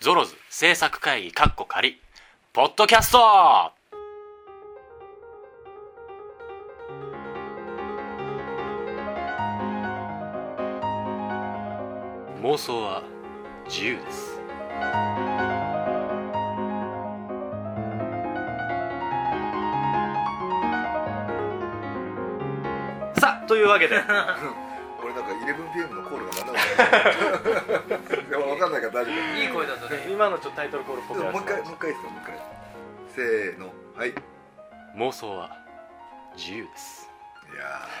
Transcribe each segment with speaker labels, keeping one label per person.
Speaker 1: ゾロズ制作会議かっこ仮ポッドキャスト妄想は自由です
Speaker 2: さあというわけ で
Speaker 3: 俺なんか 11PM のコールが何だろうでも分かんないから大丈
Speaker 4: いい声だとね
Speaker 2: 今のちょっとタイトルコールっぽ
Speaker 3: 夫
Speaker 2: く
Speaker 3: で
Speaker 2: な
Speaker 3: も
Speaker 2: り
Speaker 3: も
Speaker 2: ま
Speaker 3: う
Speaker 2: し
Speaker 3: 一
Speaker 2: た
Speaker 3: 回もう一回ですよもう一回せーのはいいや
Speaker 1: 妄想は自由です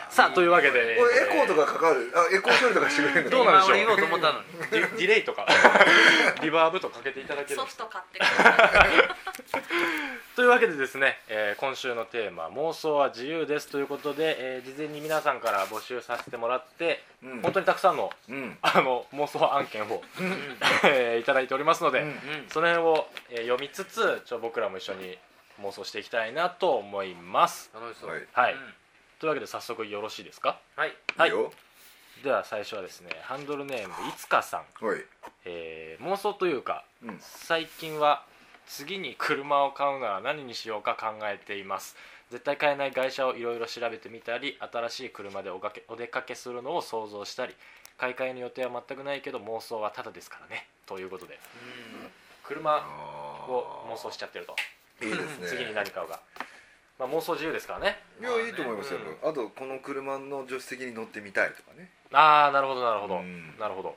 Speaker 2: さあというわけで
Speaker 3: ーこれエコーとかかかるあエコー処理とかしてくれるの
Speaker 2: どうなんでしょう
Speaker 4: 今俺言おうと思った のに
Speaker 2: ディディレイと かリバーブとかけていただける
Speaker 5: ソフト買ってください
Speaker 2: というわけでですね、えー今週のテーマ「妄想は自由です」ということで、えー事前に皆さんから募集させてもらって、
Speaker 3: うん
Speaker 2: 本当にたくさんの
Speaker 3: うん
Speaker 2: あの妄想案件を、 えーいただいておりますので、
Speaker 3: うん
Speaker 4: うん
Speaker 2: その辺を、えー読みつつちょ僕らも一緒に妄想していきたいなと思います。
Speaker 4: 楽しそう
Speaker 3: は
Speaker 4: はい
Speaker 3: い
Speaker 2: はい、というわけで早速よろしいですか
Speaker 4: はい
Speaker 2: はい
Speaker 3: いいよ
Speaker 2: では最初はですねハンドルネームいつかさん、
Speaker 3: はい
Speaker 2: えー妄想というか
Speaker 3: うん
Speaker 2: 最近は次に車を買うなら何にしようか考えています絶対買えない外車をいろいろ調べてみたり新しい車でおかけお出かけするのを想像したり買い替えの予定は全くないけど妄想はただですからねということで車
Speaker 3: あー
Speaker 2: を妄想しちゃってると
Speaker 3: いいですね
Speaker 2: 次に何買うか、まあ、妄想自由ですからね
Speaker 3: いやいいと思いますよ、
Speaker 2: う
Speaker 3: あとこの車の助手席に乗ってみたいとかね
Speaker 2: ああなるほどなるほど、
Speaker 3: うん
Speaker 2: なるほど、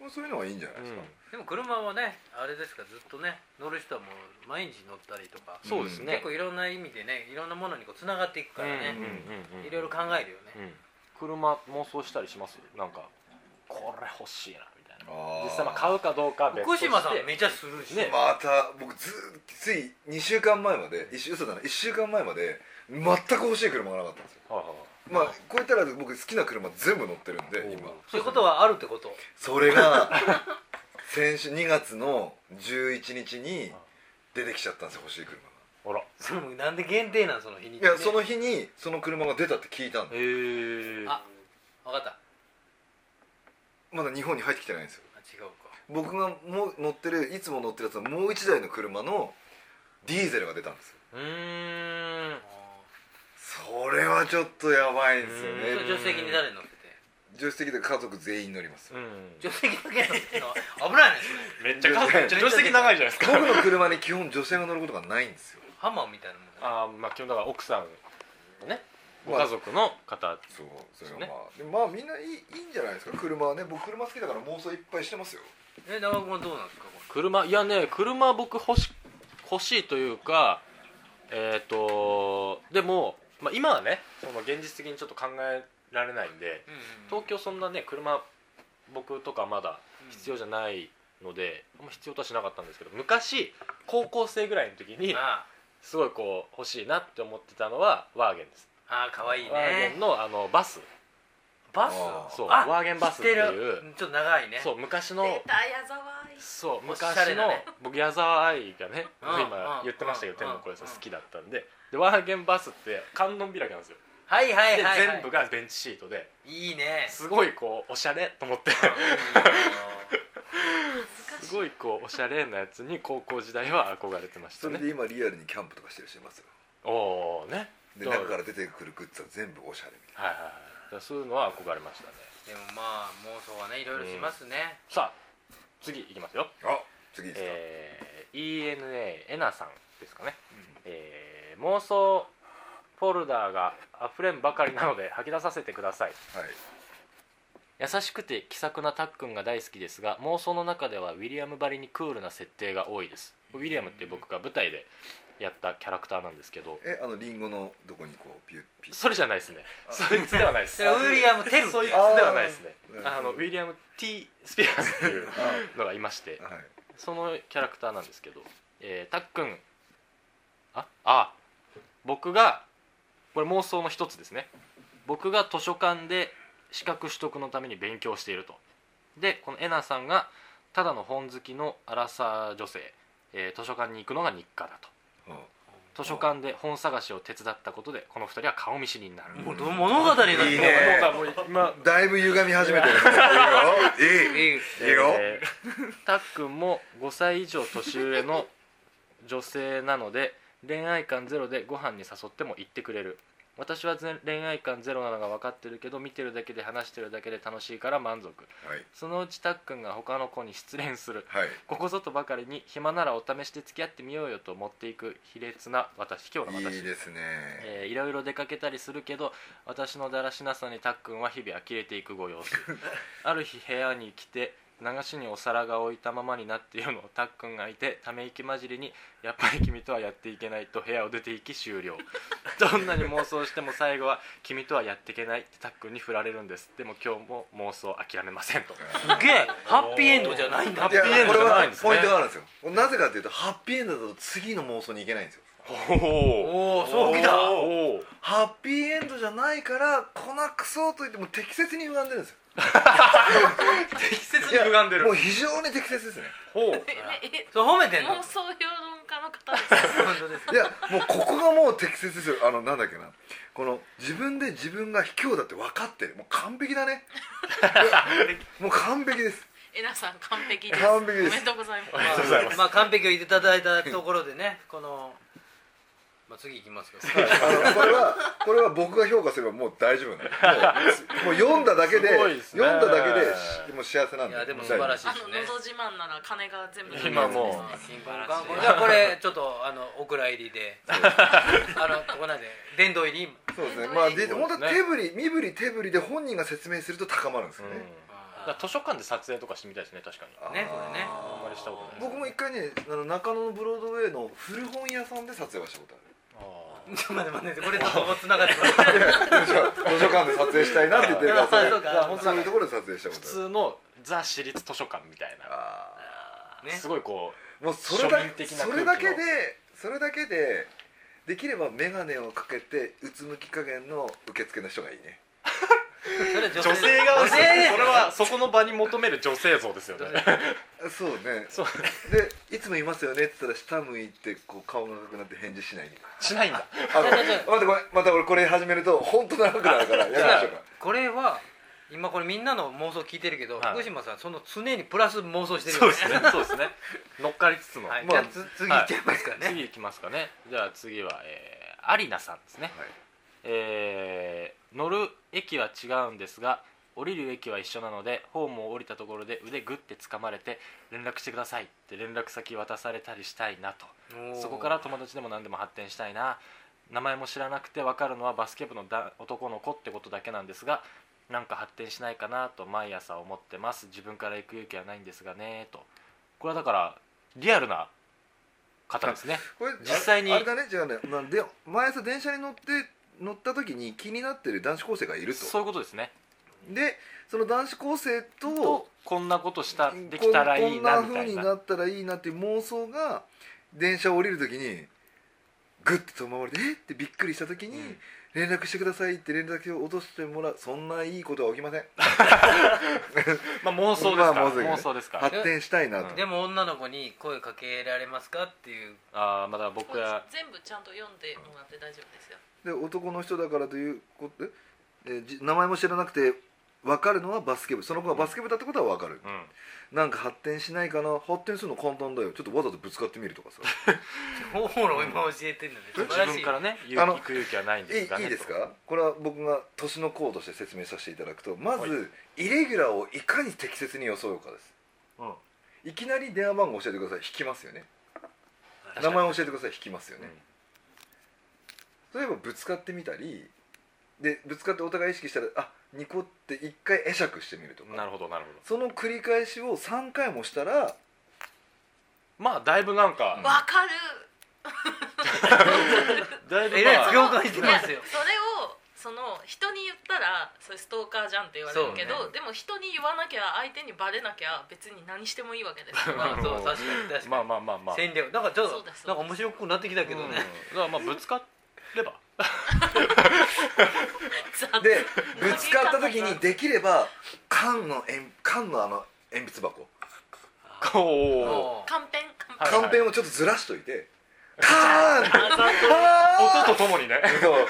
Speaker 3: もうそういうのはいいんじゃな
Speaker 2: う
Speaker 3: いですか、
Speaker 2: ん
Speaker 4: でも車はねあれですかずっとね乗る人はもう毎日乗ったりとか
Speaker 2: そうですね
Speaker 4: 結構いろんな意味でねいろんなものにこうつながっていくから
Speaker 2: うんうん
Speaker 4: ね
Speaker 2: うんうん
Speaker 4: いろいろ考えるよね
Speaker 2: うん車妄想したりしますなんかこれ欲しいなみたいな
Speaker 3: あー
Speaker 2: 実際まあ買うかどうかは別と
Speaker 4: 福
Speaker 2: して
Speaker 4: 島さんめちゃするし
Speaker 2: ね
Speaker 3: また僕ずーつい2週間前まで一週嘘だな1週間前まで全く欲しい車がなかったんです
Speaker 2: は
Speaker 3: よ
Speaker 2: いはいはい
Speaker 3: まあこういったら僕好きな車全部乗ってるんで今
Speaker 4: そういうことはあるってこと
Speaker 3: それが先週2月の11日に出てきちゃったんですよ欲しい車が
Speaker 2: あら
Speaker 4: それもなんで限定なんその日に
Speaker 3: いやその日にその車が出たって聞いた
Speaker 2: へ
Speaker 3: んで
Speaker 2: え
Speaker 4: あ分かったあ
Speaker 3: まだ日本に入ってきてないんですよ
Speaker 4: 違うか
Speaker 3: 僕がもう乗ってるいつも乗ってるやつのもう1台の車のディーゼルが出たんですよ
Speaker 2: うーん
Speaker 4: あ
Speaker 3: それはちょっとやばいんですよ
Speaker 4: ーそれ
Speaker 3: ね
Speaker 4: 助手席に誰乗ってて
Speaker 3: 助手席で家族全員乗りますよ
Speaker 2: うん
Speaker 4: 助手席だけ乗ってたの危ないねそれ
Speaker 2: めっ
Speaker 3: ちゃかめっち
Speaker 4: ゃ助手席長い
Speaker 2: じゃないです
Speaker 3: 僕の車に基本女性が乗ることがないんですよ
Speaker 4: ハマーみたいなもんだね
Speaker 2: ああまあ基本だから奥さんのねご家族の方
Speaker 3: そうそれは
Speaker 2: ね
Speaker 3: まあでもまあみんないいいいんじゃないですか車はね僕車好きだから妄想いっぱいしてますよ
Speaker 4: え長尾君はどうなんですかこ
Speaker 2: 車いやね車僕欲し欲しいというかえっ、とでも、まあ、今はねその現実的にちょっと考えられないんで
Speaker 4: れ
Speaker 2: 東京そんなね車僕とかまだ必
Speaker 4: 要
Speaker 2: 要じゃないので、あんま必要とはしなかったんですけど昔高校生ぐらいの時に
Speaker 4: あ
Speaker 2: すごいこう欲しいなって思ってたのはワーゲンです、
Speaker 4: あああ可愛い
Speaker 2: ワーゲ
Speaker 4: ね
Speaker 2: ンのあのバス
Speaker 4: バス
Speaker 3: あー
Speaker 2: そう
Speaker 4: あ
Speaker 2: ワーゲンバスって
Speaker 4: 知
Speaker 2: いう
Speaker 4: るちょっと長いね
Speaker 2: そう昔の
Speaker 5: 出た矢沢愛
Speaker 2: そう
Speaker 4: おし
Speaker 2: 昔
Speaker 4: ゃれ
Speaker 2: の、
Speaker 4: なね
Speaker 2: 僕矢沢愛がね
Speaker 4: うんうん
Speaker 2: 今言ってましたけど
Speaker 4: うん
Speaker 2: 天の声さん
Speaker 4: うん
Speaker 2: 好きだったんででワーゲンバスって観音開きなんですよ
Speaker 4: はいはい
Speaker 2: で
Speaker 4: はいはい
Speaker 2: 全部がベンチシートで
Speaker 4: いいね
Speaker 2: すごいこうおしゃれと思ってすごいこうおしゃれなやつに高校時代は憧れてまし
Speaker 3: そ
Speaker 2: た
Speaker 3: れ
Speaker 2: ね
Speaker 3: で今リアルにキャンプとかしてる人いますよ
Speaker 2: おおね
Speaker 3: で
Speaker 2: だか
Speaker 3: 中
Speaker 2: ら
Speaker 3: から出てくるグッズは全部おしゃれみたい
Speaker 2: はいはいはいだからそういうのは憧れましたね
Speaker 4: でもまあ妄想はねいろいろしますね
Speaker 2: さあ次いきますよ
Speaker 3: なあ次いいですか、
Speaker 2: えー、ENA えなさんですかね、えー妄想フォルダーが溢れんばかりなので吐き出させてください
Speaker 3: はい
Speaker 2: 優しくて気さくなたっくんが大好きですが妄想の中ではウィリアムばりにクールな設定が多いですウィリアムって僕が舞台でやったキャラクターなんですけど
Speaker 3: えあのリンゴのどこにこうピュッピュッ
Speaker 2: それじゃないですねそいつではないです
Speaker 4: それウィリアム・テル
Speaker 2: そいつで
Speaker 3: あー
Speaker 2: はないですね
Speaker 3: うん
Speaker 2: あのウィリアム・ T ・スピアーズっていうのがいまして
Speaker 3: はい
Speaker 2: そのキャラクターなんですけど、えー、たっくんああ僕がこれ妄想の一つですね僕が図書館で資格取得のために勉強しているとでこのえなさんがただの本好きのアラサー女性、えー図書館に行くのが日課だと
Speaker 3: うん
Speaker 2: 図書館で本探しを手伝ったことでこの2人は顔見知りになる、
Speaker 4: もうど物語だって
Speaker 3: いいね
Speaker 2: もうもう今
Speaker 3: だいぶ歪み始 めてるねいいよいいい
Speaker 4: いい
Speaker 3: いよ、
Speaker 2: えーたっくんも5歳以上年上の女性なので恋愛感ゼロでご飯に誘っても行ってくれる私は全恋愛感ゼロなのが分かってるけど見てるだけで話してるだけで楽しいから満足
Speaker 3: はい
Speaker 2: そのうちたっくんが他の子に失恋する
Speaker 3: はい
Speaker 2: ここぞとばかりに暇ならお試しで付き合ってみようよと持っていく卑劣な私今日の私
Speaker 3: いいですね
Speaker 2: えーいろいろ出かけたりするけど私のだらしなさにたっくんは日々呆れていくご様子ある日部屋に来て流しにお皿が置いたままになっているのをたっくんがいてため息混じりに「やっぱり君とはやっていけない」と部屋を出ていき終了どんなに妄想しても最後は「君とはやっていけない」ってたっくんに振られるんですでも今日も妄想を諦めませんと
Speaker 4: すげえハッピーエンドじゃないんだ
Speaker 2: ハッ
Speaker 3: い
Speaker 2: ピ
Speaker 3: や
Speaker 2: ーエンド
Speaker 3: これ
Speaker 2: じゃない
Speaker 3: は
Speaker 2: んですね
Speaker 3: ポイントがあるんですよなぜかというとハッピーエンドだと次の妄想に行けないんですよ
Speaker 2: おお
Speaker 4: おおそうきた
Speaker 2: おー
Speaker 3: ハッピーエンドじゃないから粉くそと言っても適切に歪んでるんですよ
Speaker 2: 適切に歪んで
Speaker 3: いやも
Speaker 2: る
Speaker 3: う非常に適切ですね
Speaker 2: ほう
Speaker 5: えね
Speaker 4: そう褒め
Speaker 5: え
Speaker 4: てんの
Speaker 5: 妄想評論家の方ですか
Speaker 4: 本当です
Speaker 3: いやもうここがもう適切ですよあのなんだっけなこの自分で自分が卑怯だって分かってるもう完璧だねいやもう完璧です
Speaker 5: えなさん完璧です
Speaker 3: 完璧です
Speaker 5: おめでとうございます
Speaker 2: りがとうございます
Speaker 4: まあ完璧をいただいたところでねこのまあ次行きますか
Speaker 3: あのこれはこれは僕が評価すればもう大丈夫なのもうもう読んだだけです
Speaker 2: ごいですね
Speaker 3: 読んだだけでしもう幸せなんで
Speaker 4: いやでも素晴らしい
Speaker 5: あ
Speaker 4: です
Speaker 5: の
Speaker 4: ね
Speaker 5: 「のど自慢」なら金が全部出るや
Speaker 2: 今
Speaker 5: つですね
Speaker 2: も
Speaker 4: 新婚観光じゃあこれちょっとあのお蔵入りであのここなんで殿堂入り
Speaker 3: そうですねまあ
Speaker 2: そうで
Speaker 3: で
Speaker 2: すね
Speaker 3: 本当は手振り身振り手振りで本人が説明すると高まるんです
Speaker 2: うん
Speaker 3: よね、
Speaker 2: だから図書館で撮影とかしてみたいですね確かに
Speaker 3: あー
Speaker 4: ねこれね
Speaker 2: あんまりしたことない
Speaker 3: 僕も一回ねあの中野のブロードウェイの古本屋さんで撮影はしたこと
Speaker 2: あ
Speaker 4: ちょっと待って待ってこれちょっともつながってます
Speaker 3: あるいや 図書図書館で撮影したいなって言ってるか
Speaker 4: あー
Speaker 3: ら
Speaker 4: そうか
Speaker 3: そうそういうところで撮影したこ
Speaker 2: 普
Speaker 3: とある
Speaker 2: 通のザ私立図書館みたいな
Speaker 3: あ
Speaker 4: ね
Speaker 2: すごいこ
Speaker 3: ーもうそれだ
Speaker 2: 庶民的な空気
Speaker 3: そ
Speaker 2: の
Speaker 3: れだけでそれだけでできれば眼鏡をかけてうつむき加減の受付の人がいいね
Speaker 4: それ
Speaker 2: う
Speaker 4: 女
Speaker 2: 女性が
Speaker 4: 女性です
Speaker 2: それはそこの場に求める女性像ですよね
Speaker 4: 女性
Speaker 3: そうね
Speaker 2: そう
Speaker 3: でいつもいますよねって言ったら下向いてこう顔が赤くなって返事しない
Speaker 2: しないんだ
Speaker 3: あ待ってごめんまた俺これ始めると本当長くなるから やめましょうか
Speaker 4: これは今これみんなの妄想聞いてるけど、
Speaker 2: はい
Speaker 4: 福島さんその常にプラス妄想してる
Speaker 2: そうですねそうですね乗っかりつつの、
Speaker 4: はい、
Speaker 3: ま
Speaker 4: じ
Speaker 3: あ
Speaker 4: ゃあつ次行っちゃいますからね、
Speaker 2: 次いきますかねじゃあ次はえーアリナさんですね
Speaker 3: はい
Speaker 2: えー乗る駅は違うんですが降りる駅は一緒なのでホームを降りたところで腕グッて掴まれて連絡してくださいって連絡先渡されたりしたいなと
Speaker 4: おー
Speaker 2: そこから友達でも何でも発展したいな名前も知らなくて分かるのはバスケ部のだ男の子ってことだけなんですがなんか発展しないかなと毎朝思ってます自分から行く勇気はないんですがねとこれはだからリアルな方ですね
Speaker 3: これ
Speaker 2: 実際に
Speaker 3: あれあれだね違うねなんで毎朝電車に乗って乗った時に気になってる男子高生がいる
Speaker 2: そう
Speaker 3: と
Speaker 2: いうことですね
Speaker 3: でその男子高生と
Speaker 2: とこんなことしたできたらいいな
Speaker 3: こん
Speaker 2: みたい
Speaker 3: こんな風に
Speaker 2: な
Speaker 3: なったらいいなっていう妄想が電車を降りる時にグッと止まわれて「えっ?」てびっくりした時に、
Speaker 2: うん
Speaker 3: 連絡してください」って連絡先を落としてもらうそんないいことは起きません
Speaker 2: まあ妄想ですから、
Speaker 3: まあ妄想ですね
Speaker 2: 妄想ですから
Speaker 3: 発展したいなと、
Speaker 4: でも女の子に声かけられますかっていう
Speaker 2: ああまだ僕は
Speaker 5: 全部ちゃんと読んでもらって大丈夫ですよ
Speaker 3: で男の人だからということええーじ名前も知らなくて分かるのはバスケ部その子がバスケ部だってことは分かる、
Speaker 2: うん
Speaker 3: なんか発展しないかな発展するの簡単だよちょっとわざとぶつかってみるとかさ
Speaker 4: 方法論を今教えてるので素晴
Speaker 2: 自
Speaker 4: らし
Speaker 2: 分
Speaker 4: い
Speaker 2: からね
Speaker 3: あ
Speaker 2: 勇
Speaker 3: の
Speaker 2: 気行く勇気はないん
Speaker 3: いい
Speaker 2: ですがね
Speaker 3: いいです
Speaker 2: と
Speaker 3: かこれは僕が年の功として説明させていただくとまず、
Speaker 2: はい
Speaker 3: イレギュラーをいかに適切に装うかです
Speaker 2: うん
Speaker 3: いきなり電話番号教えてください引きますよね
Speaker 2: 確か
Speaker 3: 名
Speaker 2: に
Speaker 3: 前教えてください引きますよ
Speaker 2: う
Speaker 3: ね、
Speaker 2: ん
Speaker 3: 例えばぶつかってみたりでぶつかってお会い意識したらあニコって一回会釈してみるとか
Speaker 2: なるほどなるほど
Speaker 3: その繰り返しを3回もしたら
Speaker 2: まあだいぶなんか、
Speaker 5: わかる
Speaker 2: だいぶ
Speaker 4: え
Speaker 2: ま
Speaker 4: らい
Speaker 2: あ
Speaker 4: 強化してますよ
Speaker 5: いやそれをその人に言ったらそれストーカーじゃんって言われるけ
Speaker 4: そう
Speaker 5: ど、でも人に言わなきゃ相手にバレなきゃ別に何してもいいわ けです
Speaker 4: まあ
Speaker 5: か
Speaker 4: そう確かに確かに、
Speaker 2: まあまあまあまあ
Speaker 4: 戦略なんかちょっ
Speaker 5: そう
Speaker 4: と
Speaker 5: です
Speaker 4: なんか面白くなってきたけど
Speaker 2: うん
Speaker 4: ね
Speaker 2: だ、からまあぶつかれば
Speaker 5: ら
Speaker 3: でぶつかった時にできれば缶の鉛缶のあの鉛筆箱
Speaker 2: おお
Speaker 4: おー
Speaker 5: カンペンカンペ
Speaker 2: は
Speaker 5: ン
Speaker 2: い
Speaker 3: 缶ペンをちょっとずらしといて、カーンってカーン
Speaker 2: 音とともにね
Speaker 3: そう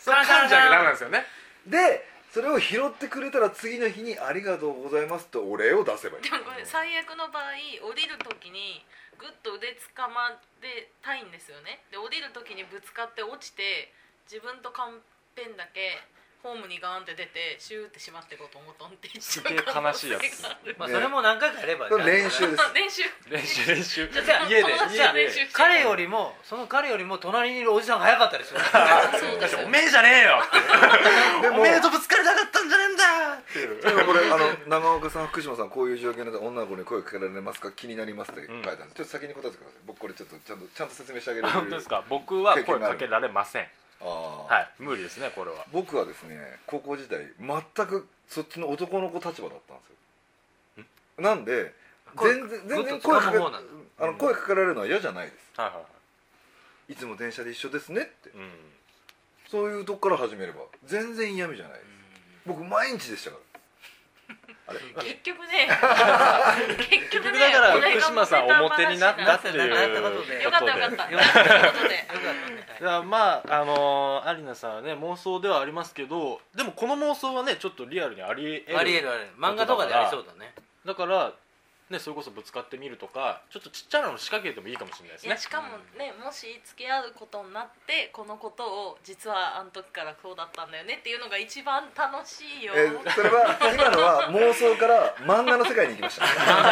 Speaker 2: それ噛んじゃなきゃダメなんですよね
Speaker 3: でそれを拾ってくれたら次の日に「ありがとうございます」とお礼を出せばいい
Speaker 5: でもこれ最悪の場合降りる時にグッと腕つかまってたいんですよねで降りる時にぶつかって落ちて自分とカンペンだけホームにガーンって出てシューってしまってこうトンボトンっていっちゃう可能性がある
Speaker 4: まあ、それも何回かやれば
Speaker 3: それ練習です
Speaker 5: 練習
Speaker 2: 練習練習
Speaker 5: じゃあ
Speaker 2: 家で
Speaker 5: 友達
Speaker 2: 家
Speaker 5: と
Speaker 2: で
Speaker 5: 練習して
Speaker 4: 彼よりもその彼よりも隣にいるおじさんが早かったですよ
Speaker 5: そうですよ
Speaker 2: おめえじゃねえよ
Speaker 3: でも
Speaker 2: とぶつかりたかったんじゃねえんだっていう
Speaker 3: でもこれあの長岡さん福島さんこういう状況なので女の子に声かけられますか気になりますって書いてあるんです、ちょっと先に答えてください僕これちょっとちゃんとちゃんと説明してあげる
Speaker 2: 本当ですか僕は声かけられません
Speaker 3: ああ、
Speaker 2: はい無理ですねこれは
Speaker 3: 僕はですね高校時代全くそっちの男の子立場だったんですよなんで
Speaker 4: 声
Speaker 3: 全然全
Speaker 4: グッ
Speaker 3: 然
Speaker 4: と
Speaker 3: 声
Speaker 4: 掴
Speaker 3: か
Speaker 4: む
Speaker 3: け
Speaker 4: 方なん
Speaker 3: あの声かけられるのは嫌じゃないで
Speaker 2: はいはいは
Speaker 3: すいつも電車で一緒ですねって
Speaker 2: いうん
Speaker 3: そういうとこから始めれば全然嫌味じゃないです僕毎日でしたからあれ
Speaker 5: 結局ね結
Speaker 2: 結
Speaker 5: 局
Speaker 2: 局
Speaker 5: ね
Speaker 2: だか
Speaker 5: こ
Speaker 2: ら
Speaker 5: れが
Speaker 2: 福島さん表になったっていう
Speaker 4: なったことで
Speaker 5: よかったよかったよかったことで
Speaker 2: じゃあまああのー、アリナさんはね妄想ではありますけどでもこの妄想はねちょっとリアルにありえる
Speaker 4: ありえるありえる漫画とかでありそうだね
Speaker 2: だからねそれこそぶつかってみるとかちょっとちっちゃなの仕掛けてもいいかもしれないです
Speaker 5: い
Speaker 2: ね
Speaker 5: やしかもねもし付き合うことになってこのことを実はあの時からこうだったんだよねっていうのが一番楽しいよ、
Speaker 3: えーそれは今のは妄想から漫画の世界に行きました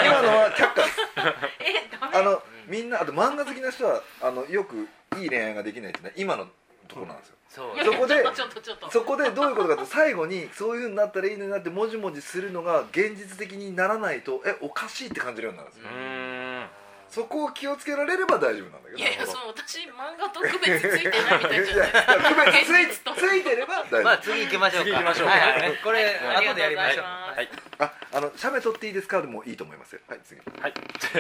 Speaker 3: 今のは却下です
Speaker 5: えダメ
Speaker 3: あのみんなあと漫画好きな人はあのよくいい恋愛ができないっていうのは今のところなんですよ
Speaker 4: そう
Speaker 3: そこで
Speaker 5: ちょっとちょっとち
Speaker 3: そ
Speaker 5: ょっと
Speaker 3: こでどういうことかって最後にそういうふうになったらいいのになってもじもじするのが現実的にならないとえおかしいって感じるようになるんですよ
Speaker 2: うーん
Speaker 3: そこを気をつけられれば大丈夫なんだけど
Speaker 5: いやいやその私漫画と区別ついてないみたいじゃ な
Speaker 3: 区
Speaker 5: い
Speaker 3: 別つい
Speaker 5: 現実と
Speaker 3: ついてれば大
Speaker 4: まあ
Speaker 3: 丈
Speaker 4: 次行きましょうか
Speaker 2: 次行きましょう
Speaker 4: はいはいはいこれ
Speaker 5: あり
Speaker 4: 後
Speaker 5: がと
Speaker 4: で
Speaker 5: う
Speaker 4: や
Speaker 5: ご
Speaker 4: り
Speaker 5: ざ
Speaker 4: ま
Speaker 5: い
Speaker 4: しょう
Speaker 5: ます、
Speaker 2: はい
Speaker 3: 夫ああの写メ撮っていいですかでもいいと思いますよはい次
Speaker 2: はい、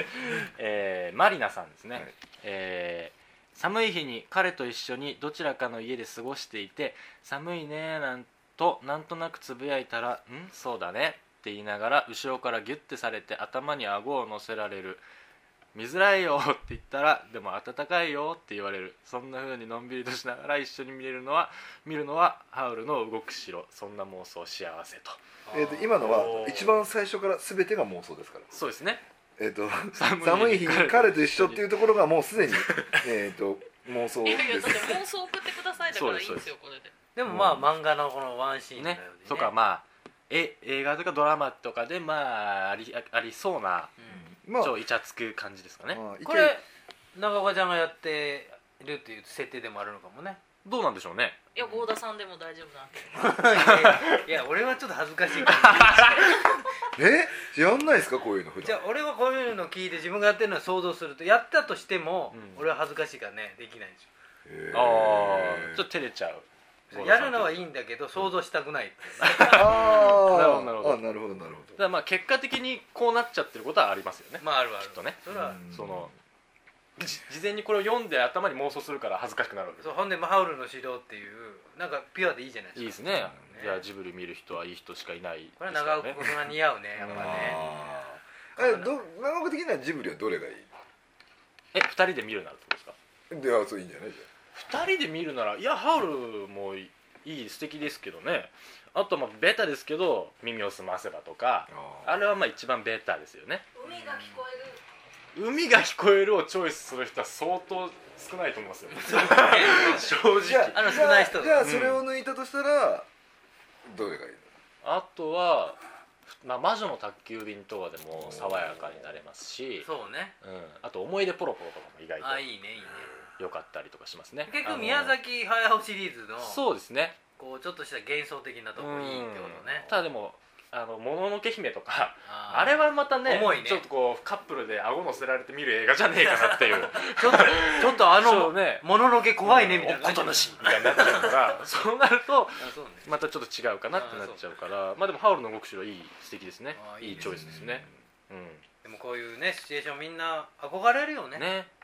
Speaker 2: えーマリナさんですね、
Speaker 3: はい
Speaker 2: えー寒い日に彼と一緒にどちらかの家で過ごしていて寒いねーなんとなんとなくつぶやいたら「んそうだね」って言いながら後ろからギュッてされて頭に顎を乗せられる「見づらいよ」って言ったら「でも暖かいよ」って言われるそんな風にのんびりとしながら一緒に見れるのは見るのはハウルの動く城そんな妄想幸せと
Speaker 3: えーと今の
Speaker 2: お
Speaker 3: は
Speaker 2: ー
Speaker 3: 一番最初から全てが妄想ですから
Speaker 2: そうですね
Speaker 3: えっと
Speaker 2: 寒い
Speaker 3: 寒い日に彼と一緒っていうところがもうすでにえっと妄想
Speaker 5: い、
Speaker 3: で
Speaker 5: やい
Speaker 3: す
Speaker 5: やだって妄想送ってくださいだからいいんですよこれで
Speaker 4: でもまあ漫画のこのワンシーンのよ
Speaker 2: ね
Speaker 4: うにね
Speaker 2: とかまあえ映画とかドラマとかでまあありあありそうな
Speaker 4: うん
Speaker 3: まあ
Speaker 2: ちょいちゃつく感じですかね
Speaker 3: まあ
Speaker 4: これ長岡ちゃんがやってるっていう設定でもあるのかも ね
Speaker 2: どうなんでしょうね
Speaker 5: いや郷田さんでも大丈夫なんで
Speaker 4: いや俺はちょっと恥ずかしいから
Speaker 3: えやんないですかこういうの普
Speaker 4: じゃあ
Speaker 3: 段
Speaker 4: 俺はこういうの聞いて自分がやってるのを想像するとやったとしても、
Speaker 2: うん
Speaker 4: 俺は恥ずかしいからねできないんですよ
Speaker 3: へー
Speaker 2: ああちょっと照れちゃう
Speaker 4: やるのはいい
Speaker 2: い
Speaker 4: んだけど想像したくないっていう
Speaker 3: あー
Speaker 2: なるほど
Speaker 3: あなるほどなるほ
Speaker 2: だからまあ結果的にこうなっちゃってることはありますよね
Speaker 4: まああるある
Speaker 2: きっとね
Speaker 4: それは、
Speaker 3: うん
Speaker 2: そのじ事前にこれを読んで頭に妄想するから恥ずかしくなるわけ
Speaker 4: そうほんで「まあハウルの指導」っていうなんかピュアでいいじゃないですか
Speaker 2: いいですね
Speaker 4: ね
Speaker 2: じゃあジブリ見る人はいい人しかいないです
Speaker 4: こ
Speaker 2: か
Speaker 4: れ
Speaker 2: ら
Speaker 4: は
Speaker 2: ね
Speaker 4: 長岡さんが似合うねやっぱ
Speaker 3: ど
Speaker 4: ね
Speaker 3: あーえど長岡的にはジブリはどれがいい
Speaker 2: え二人で見るならどうですか
Speaker 3: いやそういいんじゃないじ
Speaker 2: 二人で見るならいやハウルもいい素敵ですけどねあとまあベタですけど「耳をすませば」とか
Speaker 3: ゃん
Speaker 2: あれはまあ一番ベタですよね
Speaker 5: 海が聞こえる
Speaker 2: 「海が聞こえる」をチョイスする人は相当少ないと思いますよ正
Speaker 3: じゃ
Speaker 2: 直
Speaker 4: あの
Speaker 3: じゃ
Speaker 4: 少ない人
Speaker 3: じゃあ
Speaker 2: うん
Speaker 3: それを抜いたとしたらどれがいいの
Speaker 2: あとは、まあ、魔女の宅急便とかでも爽やかになれますし、
Speaker 4: そうね
Speaker 2: うん、あと「思い出ポロポロ」とかも意外
Speaker 4: あ
Speaker 2: と
Speaker 4: いいねいいね
Speaker 2: 良かったりとかしますね
Speaker 4: 結
Speaker 2: あ
Speaker 4: 局
Speaker 2: の
Speaker 4: 宮崎駿シリーズの
Speaker 2: そうですね
Speaker 4: こうちょっとした幻想的なとこにいいってこと
Speaker 2: う
Speaker 4: ね
Speaker 2: んただでも「あのもののけ姫」とか
Speaker 4: あー
Speaker 2: あれはまたね
Speaker 4: 重いね
Speaker 2: ちょっとこうカップルで顎乗せられて見る映画じゃねえかなっていう
Speaker 4: ちょっとちょっとあ
Speaker 2: そ
Speaker 4: の
Speaker 2: うね
Speaker 4: もののけ怖いねみたいな
Speaker 2: お
Speaker 4: 感じ
Speaker 2: ことのしみたいになっちゃうから そうなると
Speaker 4: あそうね
Speaker 2: またちょっと違うかなってなっちゃうからまあでも「ハウルの動く城」いい素敵ですね
Speaker 4: あー
Speaker 2: い
Speaker 4: い
Speaker 2: い
Speaker 4: いです
Speaker 2: チョ
Speaker 4: ね
Speaker 2: イスですねうん
Speaker 4: でもこういうねシチュエーションみんな憧れるよね
Speaker 2: ね
Speaker 4: う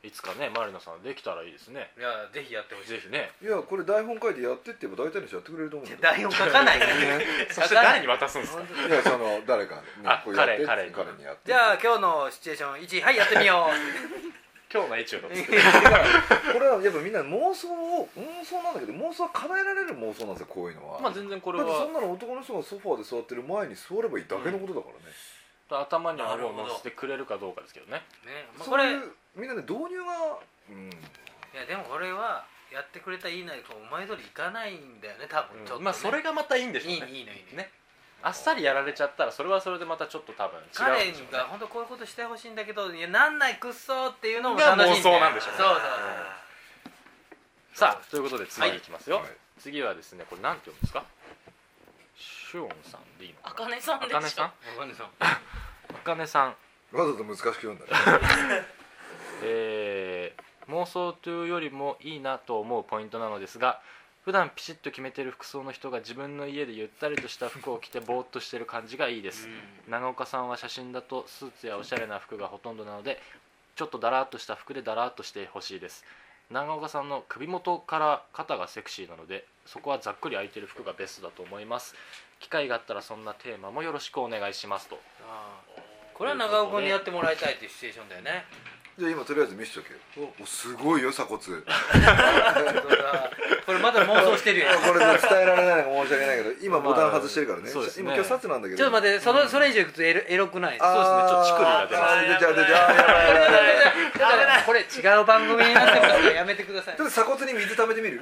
Speaker 2: いつかねマリナさんできたらいいですね
Speaker 4: んいやぜひやってほしい
Speaker 2: ぜひね
Speaker 3: いやこれ台本書いてやってって言えば大体の人やってくれると思うんだ よ
Speaker 4: 台本書かないね
Speaker 2: そして誰に渡すんですか
Speaker 3: いやその誰かに
Speaker 2: あ
Speaker 3: こうやって
Speaker 2: 彼彼に
Speaker 3: 彼にやって
Speaker 4: じゃあ今日のシチュエーション1はいやってみよう
Speaker 2: 今日のエチュー ドっつって
Speaker 3: これはやっぱみんな妄想を妄想なんだけど妄想は叶えられる妄想なんですよこういうのは、
Speaker 2: まあ全然これ
Speaker 3: だってそん
Speaker 2: は
Speaker 3: なの男の人がソファーで座ってる前に座ればいいだけのことだからね、
Speaker 2: 頭にあれを乗せてくれるかどうかですけどね
Speaker 4: まあ、
Speaker 3: そ
Speaker 4: こ
Speaker 3: う
Speaker 4: れ
Speaker 3: い
Speaker 4: いう
Speaker 3: みんなね導入がうん
Speaker 4: やでもこれはやってくれたいいないかお前通りいかないんだよね多分ちょっと、
Speaker 2: う
Speaker 4: ね
Speaker 2: んまあそれがまたいいんでしょう
Speaker 4: いい
Speaker 2: ね
Speaker 4: いいのいいね
Speaker 2: ねあっさりやられちゃったらそれはそれでまたちょっと多分違う
Speaker 4: 彼
Speaker 2: んでしょうね
Speaker 4: が本当こういうことしてほしいんだけどいやなんないくっそーっていうのも
Speaker 2: が
Speaker 4: 楽しい
Speaker 2: 妄想なんでしょうね
Speaker 4: そうそう
Speaker 2: さあということで次いきますよ、
Speaker 3: はい
Speaker 2: 次はですねこれなんて読むんですかシュオンさんでいいの
Speaker 5: あ
Speaker 2: か
Speaker 5: かねさん
Speaker 2: なあ
Speaker 5: で
Speaker 2: かね
Speaker 5: しょ
Speaker 2: さんあ
Speaker 4: そうわかんないそう
Speaker 2: かねさん
Speaker 3: わざと難しく読んだね
Speaker 2: えー妄想というよりもいいなと思うポイントなのですが普段ピシッと決めてる服装の人が自分の家でゆったりとした服を着てぼーっとしてる感じがいいです長岡さんは写真だとスーツやおしゃれな服がほとんどなのでちょっとだらーっとした服でだらーっとしてほしいです長岡さんの首元から肩がセクシーなのでそこはざっくり空いてる服がベストだと思います機会があったらそんなテーマもよろしくお願いしますと
Speaker 4: あーこれは長尾君にやってもらいたいっていうシチュエーションだよね
Speaker 3: じゃあ今とりあえず見せておけよおすごいよ鎖骨こ
Speaker 4: 本当だこれまだ妄想してるよ
Speaker 3: れ伝えられないのが申し訳ないけど今ボタン外してるからね,、
Speaker 2: まあそうですね
Speaker 3: 今今日シャツなんだけど
Speaker 4: ちょっと待ってそのそれ以上いくとエロエロくない
Speaker 2: あそうですねちょっと乳首が出ます
Speaker 3: 出ち
Speaker 5: ね
Speaker 3: ゃう出ちゃうあーやばいやばいやばい
Speaker 4: だからこれ違う番組になってるからやめてください
Speaker 3: ちょっと鎖骨に水溜めてみる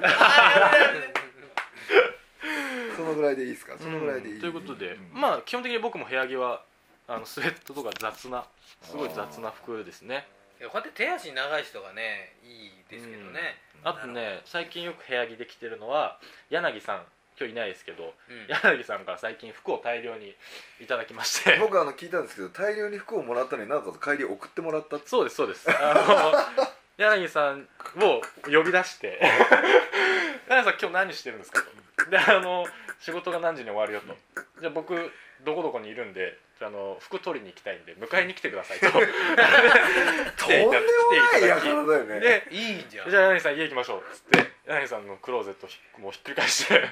Speaker 3: そのぐらいでいいですかそのぐらいでいい、
Speaker 2: うんということで、
Speaker 3: ん
Speaker 2: まあ基本的に僕も部屋着はあのスウェットとか雑なすごい雑な服ですね
Speaker 4: いやこうやって手足長い人がねいいですけどね、
Speaker 2: あとね最近よく部屋着で着てるのは柳さん今日いないですけど
Speaker 4: うん
Speaker 2: 柳さんから最近服を大量にいただきまして
Speaker 3: 僕あの聞いたんですけど大量に服をもらったのになおかつ帰り送ってもらったって
Speaker 2: そうですそう ですあの柳さんを呼び出して 「柳さん今日何してるんです か?」と。であの「仕事が何時に終わるよ」と「じゃあ僕どこどこにいるんであの服取りに行きたいんで迎えに来てください」 と。
Speaker 3: とんでもないやからだよね
Speaker 2: で
Speaker 4: いいじゃん
Speaker 2: じゃあ柳さん家行きましょうっつって柳さんのクローゼットをひっ もうひっくり返して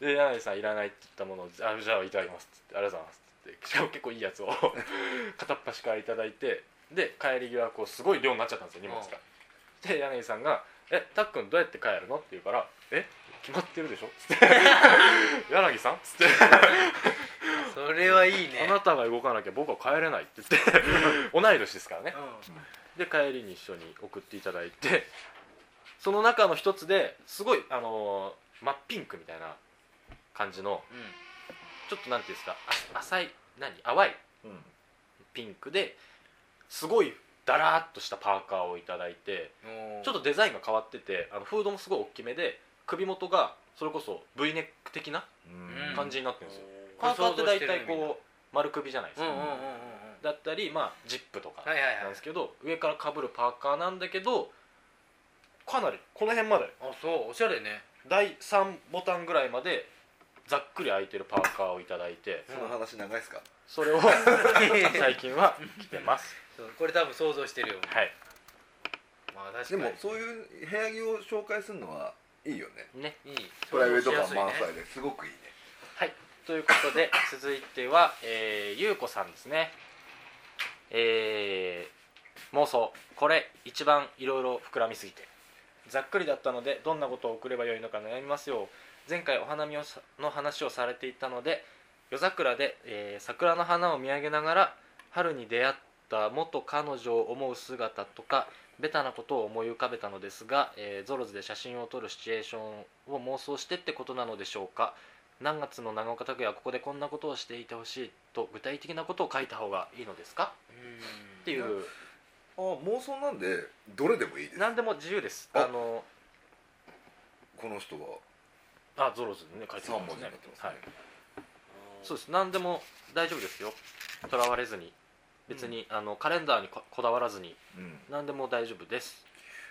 Speaker 2: で柳さんいらないって言ったものをあじゃあいただきますっつってありがとうございますっつってしかも結構いいやつを 片っ端からいただいてで帰り際こうすごい量になっちゃったんですよ荷物が、で柳さんが「えたっくんどうやって帰るの?」って言うから「え決まってるでしょ?」っつって 「柳さん?」っつって
Speaker 4: それはいい
Speaker 2: 「あ
Speaker 4: ね
Speaker 2: なたが動かなきゃ僕は帰れない」って言って 同い年ですからね
Speaker 4: う
Speaker 2: で帰りに一緒に送っていただいてその中の一つですごいあのー真っピンクみたいな感じの
Speaker 4: んうん
Speaker 2: ちょっとなんていうんですかあ浅い何淡い
Speaker 3: うん
Speaker 2: ピンクですごいダラーっとしたパーカーをいただいて
Speaker 4: おー
Speaker 2: ちょっとデザインが変わっててあのフードもすごい大きめで首元がそれこそ V ネック的な
Speaker 3: うん
Speaker 2: 感じになってるんですよ、
Speaker 4: うん
Speaker 2: パーカーって大体
Speaker 4: 想像してるね
Speaker 2: こう丸首じゃないです
Speaker 4: うん
Speaker 2: か、
Speaker 4: うんうんうんうん
Speaker 2: だったりまあジップとか、
Speaker 4: はいはい
Speaker 2: なん
Speaker 4: はい
Speaker 2: ですけど上からかぶるパーカーなんだけどかなりこの辺まで
Speaker 4: あそうおしゃれね
Speaker 2: 第3ボタンぐらいまでざっくり開いてるパーカーをいただいて
Speaker 3: その話長いですか
Speaker 2: それを最近は着てます
Speaker 4: そうこれ多分想像してるよ
Speaker 2: はい
Speaker 4: まあ確か
Speaker 3: で
Speaker 4: に
Speaker 3: もそういう部屋着を紹介するのはいいよね
Speaker 2: ね
Speaker 4: いい
Speaker 3: プライベート感
Speaker 4: 想像しやすいね
Speaker 3: 満載ですごくいいね
Speaker 2: はいということで続いては、えー、ゆうこさんですねえー、妄想これ一番いろいろ膨らみすぎてざっくりだったのでどんなことを送ればよいのか悩みますよ前回お花見をさの話をされていたので夜桜で、えー桜の花を見上げながら春に出会った元彼女を思う姿とかベタなことを思い浮かべたのですが、えーゾロズで写真を撮るシチュエーションを妄想してってことなのでしょうか何月の長岡拓也はここでこんなことをしていてほしいと具体的なことを書いた方がいいのですか
Speaker 4: うん
Speaker 2: っていう
Speaker 3: あー妄想なんでどれでもいいです
Speaker 2: 何でも自由です
Speaker 3: あ
Speaker 2: あの
Speaker 3: この人は
Speaker 2: あゾロズにね書いて
Speaker 3: 3
Speaker 2: ます
Speaker 3: 文字にな
Speaker 2: ね
Speaker 3: ってますね
Speaker 2: はいそうです何でも大丈夫ですよとらわれずに別に、あのカレンダーにここだわらずに
Speaker 3: うん
Speaker 2: 何でも大丈夫です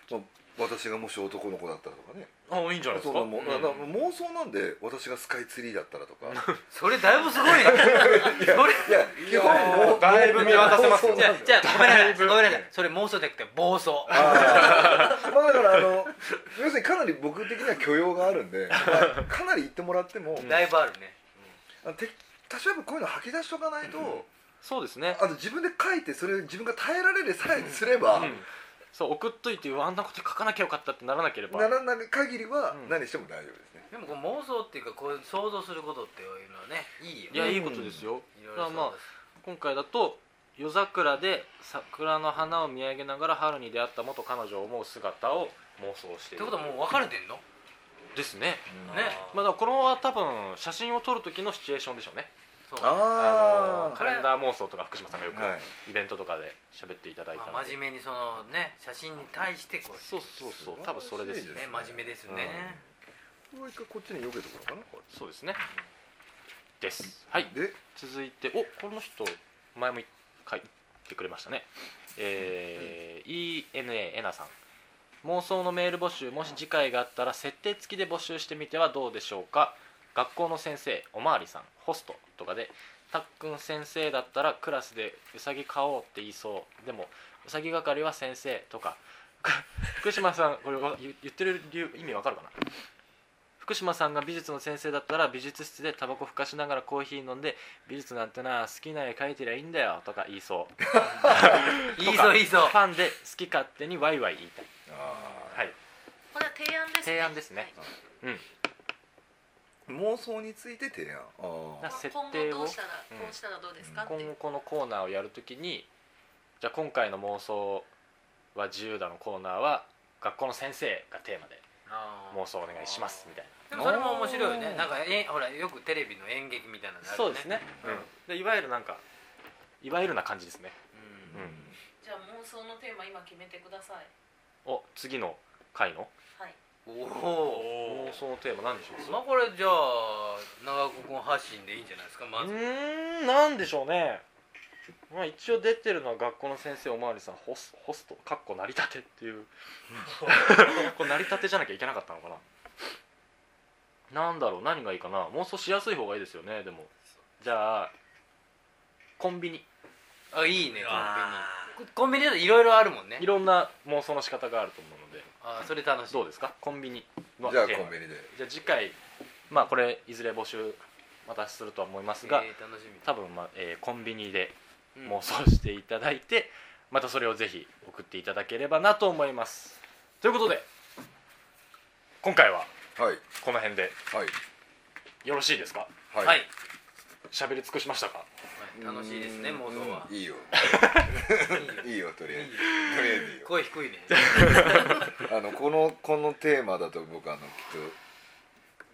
Speaker 3: まあ私がもし男の子だったらとかね
Speaker 2: あいいんじゃないです
Speaker 3: そう
Speaker 2: か
Speaker 3: だもうだから妄想なんで私がスカイツリーだったらとか
Speaker 4: それだいぶすごい ねそれ
Speaker 3: いや基本もう
Speaker 2: だいぶ見渡せますよ
Speaker 3: 妄想
Speaker 4: じゃ
Speaker 3: な
Speaker 4: あ
Speaker 3: んで
Speaker 4: じゃあごめんなさいごめんなさいそれ妄想じゃなくて暴走
Speaker 3: あーまあだからあの要するにかなり僕的には許容があるんで、まあかなり言ってもらっても、
Speaker 4: だいぶあるね
Speaker 3: あのて多少やっぱこういうの吐き出しとかないと、
Speaker 2: そうですね
Speaker 3: あと自分で書いてそれを自分が耐えられるさえすれば、
Speaker 2: うんそう送っといてうわあんなこと書かなきゃよかったってならなければ
Speaker 3: ならない限りは
Speaker 2: うん
Speaker 3: 何しても大丈夫ですね、
Speaker 4: でもこう妄想っていうかこう想像することっていうのはねいいよ
Speaker 2: いや
Speaker 4: ね
Speaker 2: いいことですよ、
Speaker 4: いろい
Speaker 2: まあ
Speaker 4: ろ
Speaker 2: まあ
Speaker 4: そうです
Speaker 2: 今回だと夜桜で桜の花を見上げながら春に出会った元彼女を思う姿を妄想してい
Speaker 4: っ
Speaker 2: る
Speaker 4: てことはもう別れてんのね
Speaker 2: ですね
Speaker 3: うん
Speaker 2: まあだからこれは多分写真を撮る時のシチュエーションでしょうね
Speaker 4: そう
Speaker 2: あ
Speaker 3: あ
Speaker 2: の
Speaker 3: ー
Speaker 2: カレンダー妄想とか福島さんがよく
Speaker 3: はい
Speaker 2: イベントとかで喋っていただいたので、
Speaker 4: まあ真面目にそのね写真に対してこう
Speaker 2: そうそうそう多分それですね
Speaker 4: ね真面目ですね
Speaker 3: これは一回こっちに避けとこうかなこ
Speaker 2: そうですねですはい
Speaker 3: れで
Speaker 2: 続いておこの人前も書いてくれましたねえー ENA えなさん妄想のメール募集もし次回があったら設定付きで募集してみてはどうでしょうか学校の先生おまわりさんホストとかでたっくん先生だったらクラスでうさぎ買おうって言いそうでもうさぎ係は先生とか ふ福島さんこれわ言言ってる理由意味わかるかな福島さんが美術の先生だったら美術室でタバコふかしながらコーヒー飲んで美術なんてな好きな絵描いてりゃいいんだよとか言いそう
Speaker 4: いいぞいいぞ
Speaker 2: ファンで好き勝手にワイワイ言いたい
Speaker 3: あ
Speaker 2: はい
Speaker 5: これは提案ですね
Speaker 2: 提案ですね
Speaker 5: はい
Speaker 3: ー妄想について提案あ
Speaker 2: な
Speaker 3: あ
Speaker 5: まあ
Speaker 2: 設
Speaker 5: 今
Speaker 2: 定
Speaker 5: 後
Speaker 2: を
Speaker 5: どうしたら、
Speaker 2: うん
Speaker 5: こうしたらどうですかって
Speaker 2: 今
Speaker 5: いう
Speaker 2: 後このコーナーをやるときにじゃあ今回の妄想は自由だのコーナーは学校の先生がテーマで
Speaker 4: あー
Speaker 2: 妄想お願いしますみたい
Speaker 4: でもそれも面白いよねなんかえほらよくテレビの演劇みたいなのある
Speaker 2: なそ
Speaker 4: よね
Speaker 2: うですね、
Speaker 4: うん
Speaker 2: うん、でいわゆるなんかいわゆるな感じですね、
Speaker 4: うん
Speaker 5: じゃあ妄想のテーマ今決めてください
Speaker 2: うん、お次の回の
Speaker 5: はい
Speaker 4: お
Speaker 2: 妄
Speaker 4: お
Speaker 2: 想のテーマ何でしょう
Speaker 4: まあこれじゃあ長久保君発信でいいんじゃないですかま
Speaker 2: う
Speaker 4: ず
Speaker 2: ーんなんでしょうねまあ一応出てるのは学校の先生おまわりさんホスホストかっこ成り立てっていう これ成り立てじゃなきゃいけなかったのかななんだろう何がいいかな妄想しやすい方がいいですよねでもじゃあコンビニ
Speaker 4: あいいね
Speaker 2: あ
Speaker 4: コンビニコンビニだといろいろあるもんね
Speaker 2: いろんな妄想の仕方があると思うので
Speaker 4: あーそれ楽しい
Speaker 2: どうですかコンビニの
Speaker 3: じゃあ
Speaker 2: テー
Speaker 3: コ
Speaker 2: マ
Speaker 3: ンビニで
Speaker 2: じゃあ次回まあこれいずれ募集またするとは思いますが、
Speaker 4: えー楽しみ
Speaker 2: 多分、まあえーコンビニで
Speaker 4: うん
Speaker 2: 妄想していただいてまたそれをぜひ送っていただければなと思いますということで今回は
Speaker 3: はい
Speaker 2: この辺で
Speaker 3: はい
Speaker 2: よろしいですか
Speaker 3: は
Speaker 4: はい
Speaker 2: 喋り尽くしましたか
Speaker 4: 楽しいですね
Speaker 3: うん
Speaker 4: 妄想は
Speaker 3: うんいいよ
Speaker 4: いいよ
Speaker 3: いいよとりあえず
Speaker 4: いいよ
Speaker 3: とりあえずいいよ
Speaker 4: 声低いね
Speaker 3: あのこのこのテーマだと僕あのきっと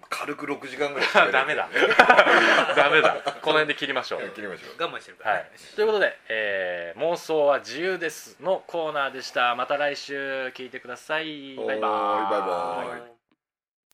Speaker 3: 軽く6時間ぐらい喋れる
Speaker 2: ダメだダメだこの辺で切りましょう
Speaker 3: 切りましょう
Speaker 4: 我慢してるか
Speaker 2: は
Speaker 4: ら
Speaker 2: い
Speaker 4: ね、
Speaker 2: ということで、えー妄想は自由です」のコーナーでしたまた来週聞いてくださいバイバーイ
Speaker 3: おーいバイバーイ
Speaker 4: はい